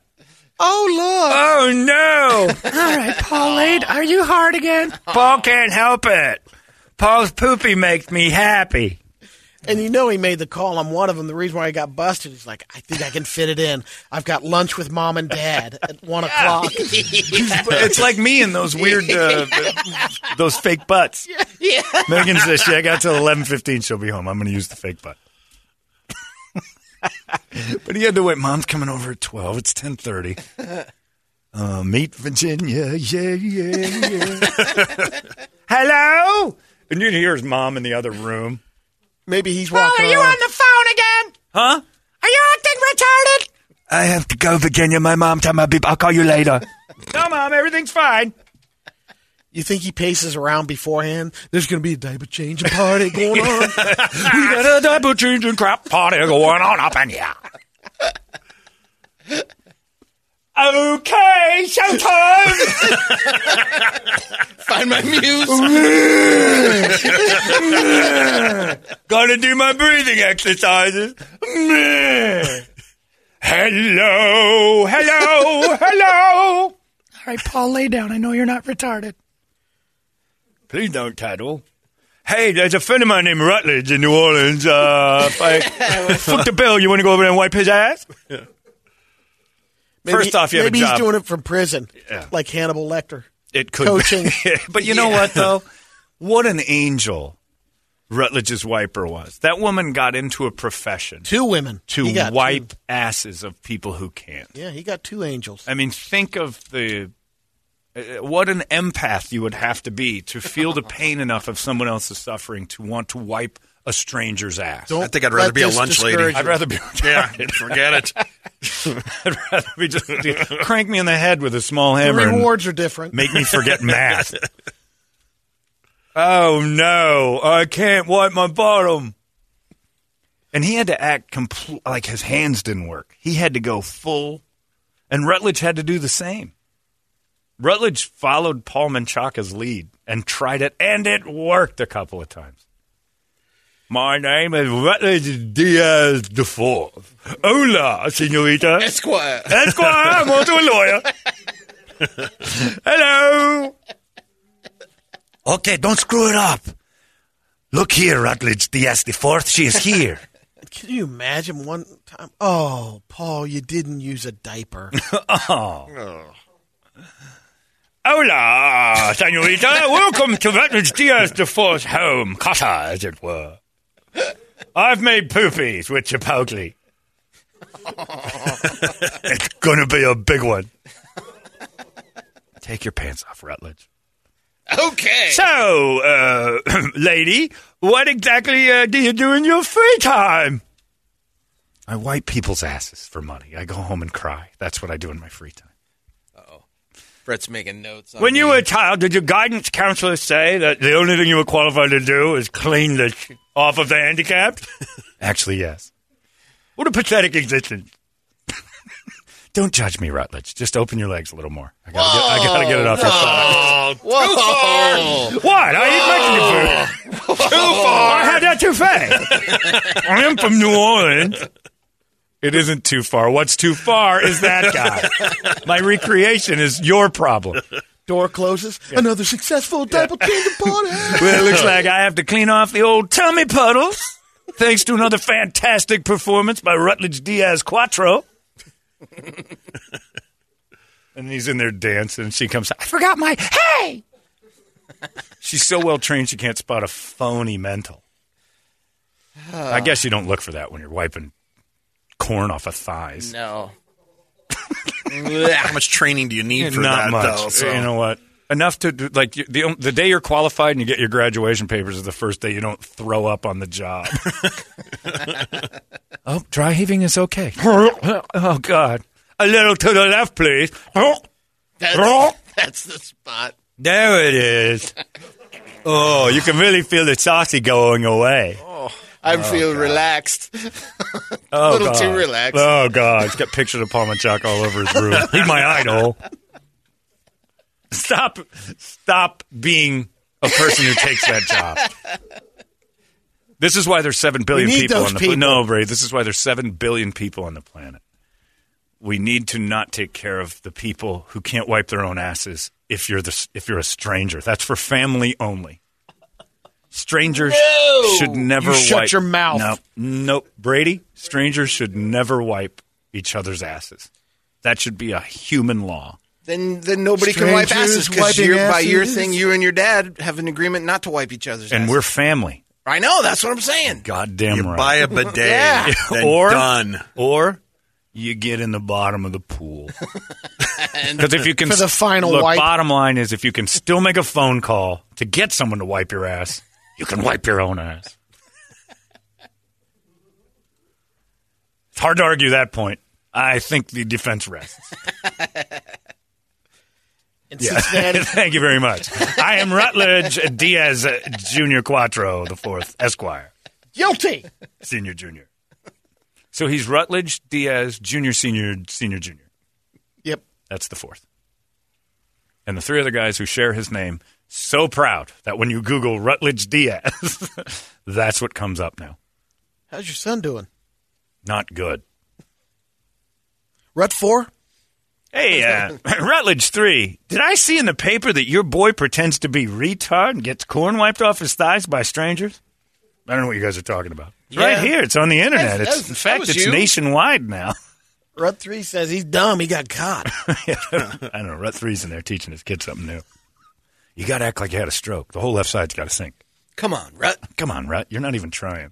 Oh, look. Oh, no. All right, Pauline, are you hard again? Paul can't help it. Paul's poopy makes me happy.
And you know he made the call on one of them. The reason why he got busted is like, I think I can fit it in. I've got lunch with mom and dad at one o'clock.
It's like me and those weird, uh, those fake butts. Megan says, "Yeah, I got till eleven fifteen. She'll be home. I'm going to use the fake butt." but he had to wait. Mom's coming over at twelve. It's ten thirty. Uh, meet Virginia. Yeah, yeah, yeah. Hello. And you hear his mom in the other room.
Maybe he's walking. around.
the phone again? Huh? Are you acting retarded? I have to go, Virginia. My mom told me I'll be- I'll call you later. no, mom, everything's fine.
you think he paces around beforehand? There's going to be a diaper change party going on.
we got a diaper changing crap party going on up in here. Okay, showtime.
Find my muse.
Gotta do my breathing exercises. hello, Oh, hello, hello.
All right, Paul, lay down. I know you're not retarded.
Please don't tattle. Hey, there's a friend of mine named Rutledge in New Orleans. Uh, if I fuck the bill, you want to go over there and wipe his ass?
Maybe-
First off, you have a
maybe
job.
he's doing it from prison, like Hannibal Lecter.
It could
Coaching.
Be. but you know what though? What an angel Rutledge's wiper was. That woman got into a profession
Two women He
to
got
wipe asses of people who can't.
two. Yeah, he got two angels.
I mean, think of the Uh, What an empath you would have to be to feel the pain enough of someone else's suffering to want to wipe a stranger's ass.
I think I'd rather be a lunch lady.
I'd rather be.
Yeah, forget it.
I'd rather be just crank me in the head with a small hammer.
the
and
rewards are different.
Make me forget math. oh no, I can't wipe my bottom. And he had to act compl- like his hands didn't work. He had to go full, and Rutledge had to do the same. Rutledge followed Paul Menchaca's lead and tried it, and it worked a couple of times. My name is Rutledge Diaz the Fourth. Hola, senorita.
Esquire.
Esquire, I'm on to a lawyer. Hello. Okay, don't screw it up. Look here, Rutledge Diaz the Fourth. She is here.
Can you imagine one time? Oh, Paul, you didn't use a diaper.
oh. Hola, senorita. Welcome to Rutledge Diaz the Fourth home, casa, as it were. I've made poopies with Chipotle. it's gonna be a big one. Take your pants off, Rutledge.
Okay.
So, uh, lady, what exactly uh, do you do in your free time? I wipe people's asses for money. I go home and cry. That's what I do in my free time.
Brett's making notes. On
When you
the-
were a child, did your guidance counselor say that the only thing you were qualified to do is clean the sh- off of the handicapped? Actually, yes. What a pathetic existence. Don't judge me, Rutledge. Just open your legs a little more. I gotta, get, I gotta get it off your
Oh,
socks.
too far.
What? I eat Mexican food. too far. I had that too fast. I am from New Orleans. It isn't too far. What's too far is that guy. My recreation is your problem.
Door closes. Another successful diaper change upon him.
Well, it looks like I have to clean off the old tummy puddles. Thanks to another fantastic performance by Rutledge Diaz Quattro. and he's in there dancing, and she comes out. I forgot my. Hey! She's so well trained, she can't spot a phony mental.
Uh.
I guess you don't look for that when you're wiping corn off of thighs.
No.
How much training do you need for
Not
that?
much.
Though, so.
You know what? Enough to do- like you- the on- the day you're qualified and you get your graduation papers is the first day you don't throw up on the job. oh, dry heaving is okay. oh God, a little to the left, please.
That's, that's the spot.
there it is. Oh, you can really feel the saucy going away.
Oh.
I feel relaxed.
Oh,
a little
God.
too relaxed.
Oh God, he's got pictures of Paul Chuck all over his room. He's my idol. Stop, stop being a person who takes that job. This is why there's seven billion
need
people
those
on the
people.
planet. No, Ray, this is why there's seven billion people on the planet. We need to not take care of the people who can't wipe their own asses. If you're the, if you're a stranger, that's for family only. Strangers should never
You shut
wipe.
your mouth.
No, nope. Brady, strangers should never wipe each other's asses. That should be a human law.
Then then nobody can wipe asses
Strangers
because
wiping
by your
asses.
thing, you and your dad have an agreement not to wipe each other's.
And
asses.
we're family.
I know that's what I'm saying.
Goddamn
You
right.
buy a bidet,
Yeah.
then
or
done.
or you get in the bottom of the pool. Because if you can
For the final
look,
wipe.
bottom line is if you can still make a phone call to get someone to wipe your ass, you can wipe your own ass. It's hard to argue that point. I think the defense rests.
In Cincinnati,
Thank you very much. I am Rutledge Diaz uh, Junior Quattro the Fourth Esquire.
guilty.
senior junior. So he's Rutledge, Diaz, junior, senior, senior, junior.
Yep.
That's the fourth. And the three other guys who share his name, so proud that when you Google Rutledge Diaz, that's what comes up now.
How's your son doing?
Not good.
Rut four.
Hey, uh, Rutledge 3, did I see in the paper that your boy pretends to be retard and gets corn wiped off his thighs by strangers? I don't know what you guys are talking about. It's right
Yeah.
here. It's on the internet. it's,
That's- that's-
in
that
fact,
was
it's
you?
nationwide now.
Rut three says he's dumb. He got caught.
I don't know. Rut three's in there teaching his kid something new. You got to act like you had a stroke. The whole left side's got to sink.
Come on, Rut.
Come on, Rut. You're not even trying.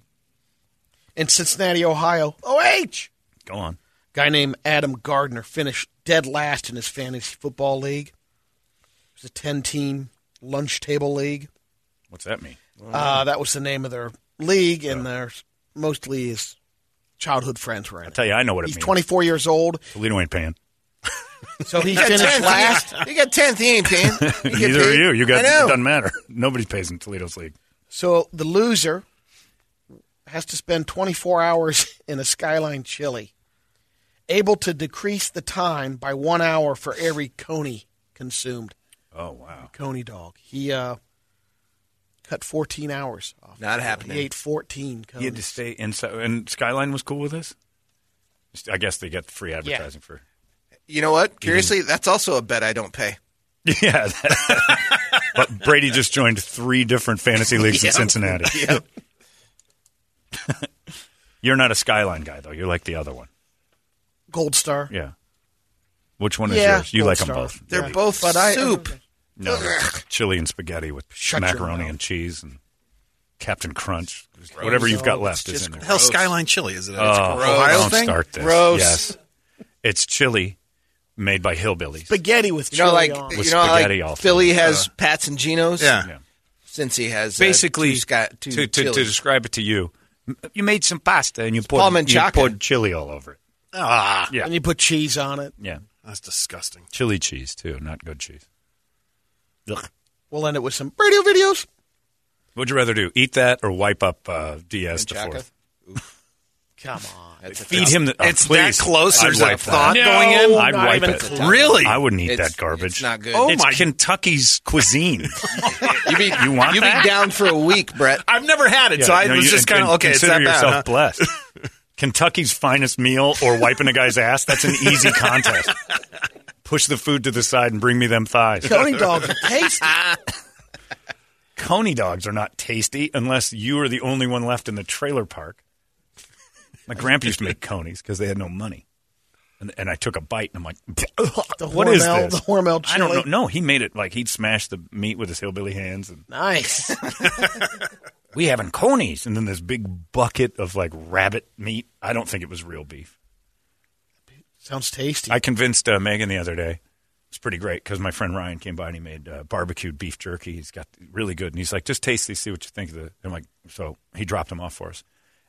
In Cincinnati, Ohio. OH.
Go on.
Guy named Adam Gardner finished dead last in his fantasy football league. It was a 10 team lunch table league.
What's that mean?
Oh,
Uh, that was the name of their league, and their mostly his childhood friends were in
I
it.
tell you, I know what it
He's
means.
24 years old,
Toledo ain't paying.
so he
You got
finished
10th,
last.
You got tenth. He ain't paying. You
Neither
get
are you. You got
I know.
it doesn't matter. Nobody pays in Toledo's league.
So the loser has to spend 24 hours in a skyline chili, able to decrease the time by one hour for every coney consumed.
Oh wow.
Coney dog. He uh, cut 14 hours off.
Not happening.
He ate 14 conies.
You had to stay inside, and Skyline was cool with this. I guess they get free advertising for.
You know what? Curiously, that's also a bet I don't pay.
Yeah, but Brady just joined three different fantasy leagues in
Yep.
Cincinnati.
Yep.
You're not a Skyline guy though. You're like the other one.
Gold Star.
Yeah. Which one is
Yeah,
yours? You
Gold
like
Star.
them both.
They're
Yeah.
both
But I-
soup.
No, chili and spaghetti with
Shut your
macaroni
mouth.
and cheese and Captain Crunch, whatever you've got left is in there.
Hell, Skyline Chili is it?
Oh,
Ohio
don't
thing?
start this.
Gross.
Yes, it's chili made by hillbillies.
Spaghetti with
you know,
chili
like
on.
you
With
know, how,
spaghetti all
like Philly
through.
has Pats and Geno's.
Uh-huh. Yeah.
Yeah.
Since he has uh,
basically
two Sky- two
to, to, to
chilies.
describe it to you, m- you made some pasta and you poured,
Palm and
you
Chaka.
poured chili all over it.
Ah,
Yeah,
And you put cheese on it.
yeah,
that's disgusting.
chili cheese too, not good cheese. Ugh.
We'll end it with some radio videos.
Would you rather do eat that or wipe up uh, Diaz the
Chaka.
fourth?
Come on.
That's a
Feed him. The, oh,
It's that
please.
close,
I'd
there's
wipe
a thought
that.
going in?
I'd
not
wipe
even
it.
close.
Really?
I wouldn't eat
It's-
that garbage.
it's not good.
Oh
Oh
it's
my-
Kentucky's cuisine.
You be
You want
you be
that?
down for a week, Brett.
I've never had it,
Yeah,
so I
you know,
was
you-
just
and-
kind of
and
okay. It's
Consider
that bad.
yourself
huh?
blessed. Kentucky's finest meal or wiping a guy's ass. That's an easy contest. Push the food to the side and bring me them thighs.
Coney dogs are tasty.
Coney dogs are not tasty unless you are the only one left in the trailer park. My grandpa used to make conies because they had no money. And, and I took a bite and I'm like,
The
what is
Hormel-
this?
the Hormel
I don't know.
chili.
No, he made it like he'd smash the meat with his hillbilly hands and
Nice.
we having conies and then this big bucket of like rabbit meat i don't think it was real beef
Sounds tasty.
i convinced uh, megan the other day it's pretty great because my friend ryan came by and he made uh, barbecued beef jerky he's got really good and he's like just taste these see what you think of it i'm like so he dropped them off for us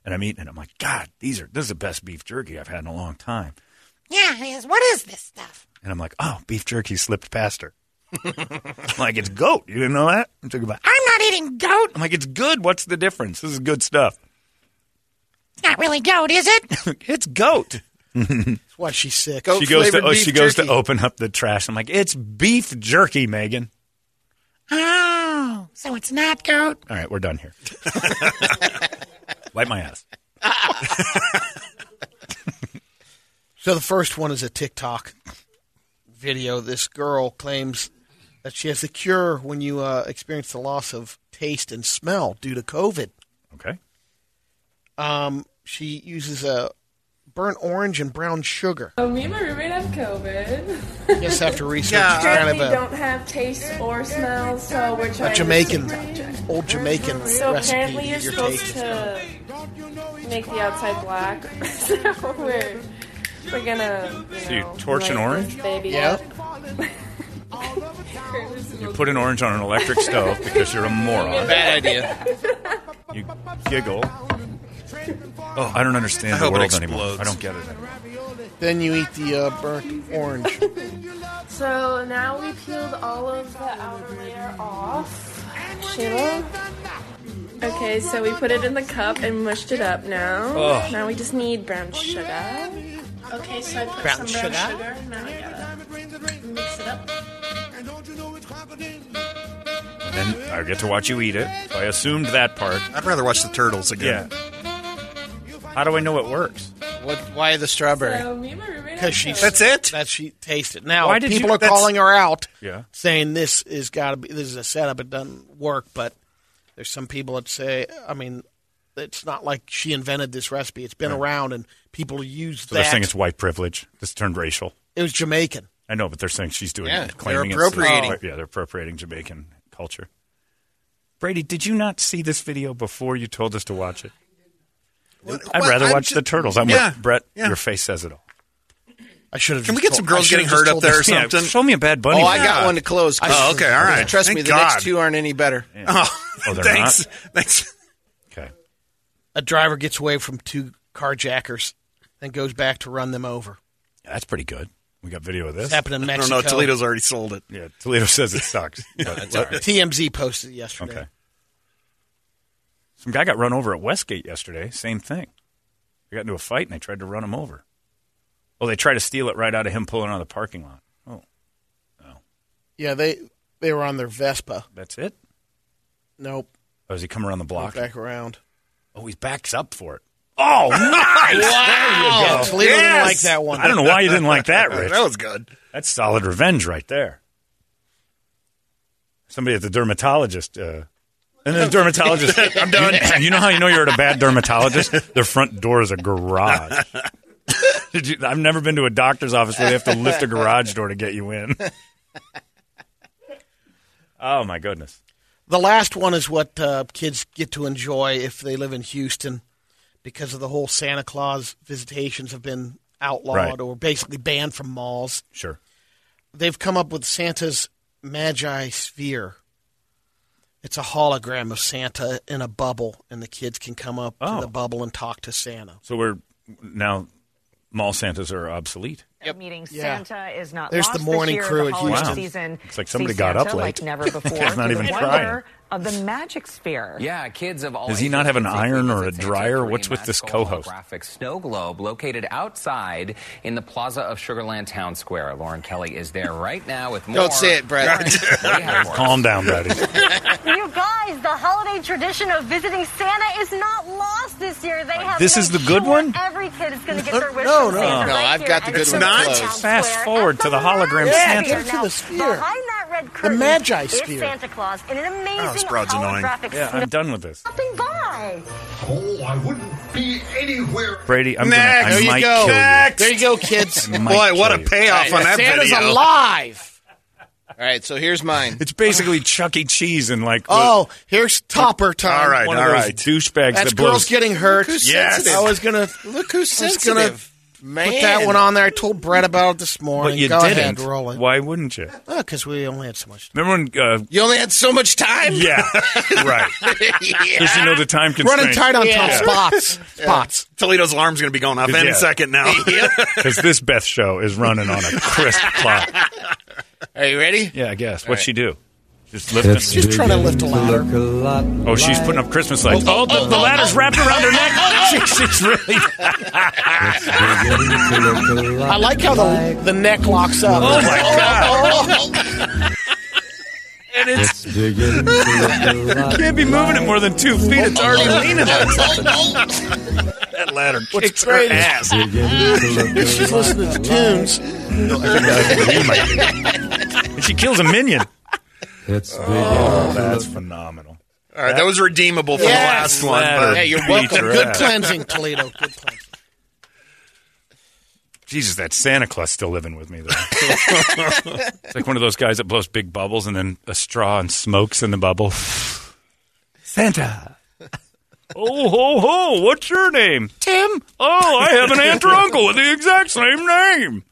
and i'm eating it i'm like god these are this is the best beef jerky i've had in a long time
Yeah, he goes, what is this stuff?
and i'm like oh beef jerky slipped past her I'm like it's goat you didn't know that i'm talking about
I'm not eating goat.
i'm like it's good what's the difference this is good stuff
It's not really goat, is it?
it's goat
That's why she's sick.
Goat
she goes to
flavored
oh,
beef
she goes to
jerky.
open up the trash. I'm like, it's beef jerky, Megan.
oh, so it's not goat.
All right, we're done here. Wipe my ass.
So the first one is a TikTok video. This girl claims that she has the cure when you uh, experience the loss of taste and smell due to COVID.
Okay.
Um, she uses a burnt orange and brown sugar.
Oh, me and my roommate have COVID.
I guess after research, it's kind of
we
a,
don't have taste or smell, so we're trying
a Jamaican, old Jamaican
To... So
recipe
apparently you're
that your
supposed
taste.
to make the outside black. so we're we're gonna. You
you
know,
torch an
light
orange?
this Baby
Yep.
You put an orange on an electric stove because you're a moron.
Bad idea.
You giggle. Oh, I don't understand
I
the
hope it
world anymore.
explodes.
I don't get it. anymore.
Then you eat the uh, burnt orange.
So now we peeled all of the outer layer off. Shayla. Okay, so we put it in the cup and mushed it up now. Now we just need brown sugar. Okay, so I put
Brown
some
sugar?
brown sugar. Now I gotta uh, mix it up.
Then I get to watch you eat it. So I assumed that part.
I'd rather watch the turtles again.
How do I know it works?
What? Why the strawberry?
So me and my roommate.
Because she's
That's it.
That she tasted. Now
Why did
people
you-
are
that's-
calling her out,
Yeah.
saying this is got to be this is a setup. It doesn't work, but there's some people that say, I mean, it's not like she invented this recipe. It's been around and people use
So they're
that.
saying it's white privilege. This turned racial.
it was Jamaican.
I know, but they're saying she's doing
Yeah,
it, claiming
they're
it's the-
appropriating.
yeah, they're appropriating Jamaican culture. Brady, did you not see this video before you told us to watch it? I'd
Well,
rather
I'm
watch
ju-
the turtles. I'm
Yeah,
with Brett.
yeah.
Your face says it all.
I I should have.
Can we
just
get some
told- I
girls
should
getting
have just
hurt up
told
there or
this.
something?
Oh, I got one to close. Chris.
Oh, okay, all right.
Trust
Thank
me, the
God.
next two aren't any better.
Oh,
Oh, they're
thanks. Thanks.
A driver gets away from two carjackers and goes back to run them over.
That's pretty good. We got video of this.
It's happened in
I don't
Mexico.
know. Toledo's already sold it.
Yeah, Toledo says it sucks. but-
That's all right. TMZ posted it yesterday.
Okay. Some guy got run over at Westgate yesterday. Same thing. They got into a fight and they tried to run him over. Oh, they tried to steal it right out of him pulling out of the parking lot. Oh,
Yeah, they they were on their Vespa.
that's it.
Nope.
Oh, does he come around the block?
Went back around.
Oh, he backs up for it. Oh, nice!
Wow.
There you go.
Yeah, Toledo didn't like that one.
I don't know why you didn't like that, Rich.
That was good.
That's solid revenge right there. Somebody at the dermatologist. Uh, and the dermatologist, I'm done. You know how you know you're at a bad dermatologist? Their front door is a garage. Did you, I've never been to a doctor's office where they have to lift a garage door to get you in. Oh my goodness!
The last one is what uh, kids get to enjoy if they live in Houston, because of the whole Santa Claus visitations have been outlawed
Right.
or basically banned from malls.
Sure.
They've come up with Santa's Magi Sphere. It's a hologram of Santa in a bubble, and the kids can come up
Oh.
to the bubble and talk to Santa.
So we're now mall Santas are obsolete.
Meeting
Yeah.
Santa is not
There's
lost
the morning
this year.
crew
the
at
holiday
Houston.
season.
Looks like somebody
sees
got
Santa
up late.
like never before.
Guy's not
through
even
the
trying.
wonder Of the magic sphere.
Yeah, kids of all
Does he not have an
ages
iron or a
visit Santa
dryer?
Kareem
What's with this
Askell
co-host?
Holographic snow globe located outside in the plaza of Sugarland Town Square. Lauren Kelly is there right now with more.
Don't say it, Brad.
What do you have for us?
Calm down, buddy.
You guys, the holiday tradition of visiting Santa is not lost this year. They have
This
made
is the good
sure
one?
Every kid is going to get
No,
their wish
Uh, no,
from
no.
Santa
No,
right
I've
here
got the
at
good one
Santa
closed.
Town
Fast
Square.
forward to the hologram
That's
Santa.
here.
Go to
Now,
the sphere.
Behind that red curtain
Magi
is
sphere.
Santa Claus in an amazing
Oh, this broad's annoying.
holographic
Yeah, I'm done with this.
stopping by.
Oh, I wouldn't be anywhere.
Brady, I'm
Next.
gonna. I
There you
might
go.
kill
Next.
There you go, kids.
I might
Boy, what
kill
a
you.
payoff on that
Santa's
video.
alive.
All right, so here's mine.
It's basically Chuck E. Cheese and like.
Oh, here's topper time.
all right, all right. Douchebags
That's
that
girls
blows.
getting hurt.
Look who's Yes. sensitive.
I was gonna look who's
sensitive.
Gonna Put that one on there. I told Brett about it this morning.
But you
Go
didn't.
ahead, roll it.
Why wouldn't you?
Because we only had so much.
Remember when? Uh,
you only had so much time.
Yeah, right. Because you know the time constraint.
Running tight on
yeah.
top
spots.
Spots. Toledo's alarm's going to be going off any
Yeah.
second now.
Because this Beth show is running on a crisp clock.
Are you ready?
Yeah, I guess.
All
What'd
right.
she do? Just lifting.
She's just trying to lift a ladder.
Oh, she's putting up Christmas lights.
Oh,
Oh,
oh,
the,
oh,
the
oh,
ladder's
oh,
wrapped around her neck.
oh, oh, oh.
She- she's really.
I like how the the neck locks up.
Oh, my
god!
And it's can't be moving it more than two feet. It's already
Oh,
leaning on something. That ladder
What's
kicks her
great is-
ass.
She's listening to tunes.
And she kills a minion. That's oh, that's phenomenal.
All right, that was redeemable for
Yes.
the last one.
Ladder
but-
Yeah, you're welcome. beats her
Good
ass.
cleansing, Toledo. Good cleansing.
Jesus, that Santa Claus still living with me though. it's like one of those guys that blows big bubbles and then a straw and smokes in the bubble. Santa. oh ho ho! What's your name? Tim. Oh, I have an aunt or uncle with the exact same name.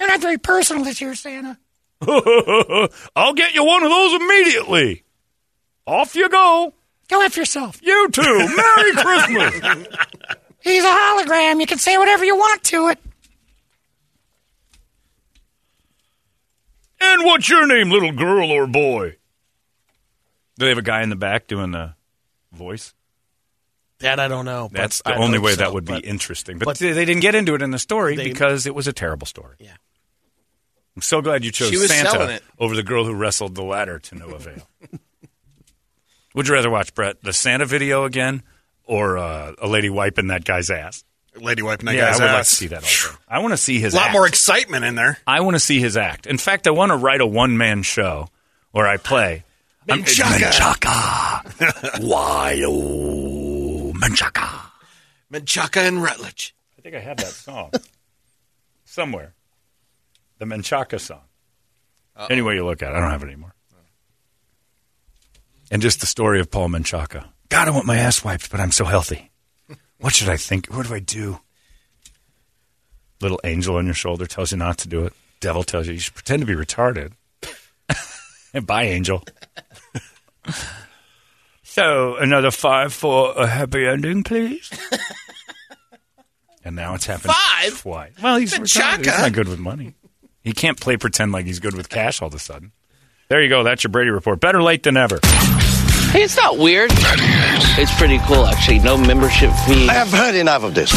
You're not very personal this year, Santa.
I'll get you one of those immediately. Off you go.
Go F yourself.
You too. Merry Christmas.
He's a hologram. You can say whatever you want to it.
And what's your name, little girl or boy? Do they have a guy in the back doing the voice?
That I don't know. but
That's the
I
only
know
way
so,
that would be
but-
interesting. But, they they didn't get into it in the story because it was a terrible story.
Yeah.
I'm so glad you chose
She was selling
Santa
it.
over the girl who wrestled the ladder to no avail. would you rather watch, Brett, the Santa video again or uh, a lady wiping that guy's ass?
Lady wiping that
yeah,
guy's
I would like
ass.
to see that also. I want to see his
A lot
act.
more excitement in there.
I want to see his act. In fact, I want to write a one man show where I play I'm- Menchaca. Why, oh, Menchaca.
Menchaca and Rutledge.
I think I have that song somewhere. The Menchaca song. Any way you look at it, I don't have it anymore. And just the story of Paul Menchaca. God, I want my ass wiped, but I'm so healthy. What should I think? What do I do? little angel on your shoulder tells you not to do it. Devil tells you you should pretend to be retarded. and bye, angel. so another five for a happy ending, please. and now it's happened
Five?
twice. Well, he's retarded.
Chaka.
He's not good with money. He can't play pretend like he's good with cash all of a sudden. There you go. That's your Brady report. Better late than ever.
Hey, it's not weird. It's pretty cool, actually. No membership fee. I have heard enough of this.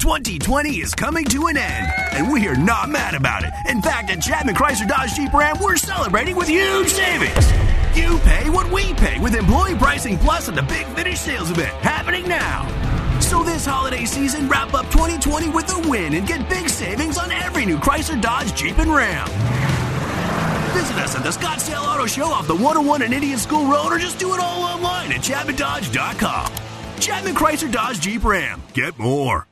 2020 is coming to an end, and we are not mad about it. In fact, at Chapman Chrysler Dodge Jeep Ram, we're celebrating with huge savings. You pay what we pay with employee pricing plus at the Big Finish sales event happening now. So this holiday season, wrap up 2020 with a win and get big savings on every new Chrysler Dodge Jeep and Ram. Visit us at the Scottsdale Auto Show off the 101 and Indian School Road or just do it all online at ChapmanDodge.com. Chapman Chrysler Dodge Jeep Ram. Get more.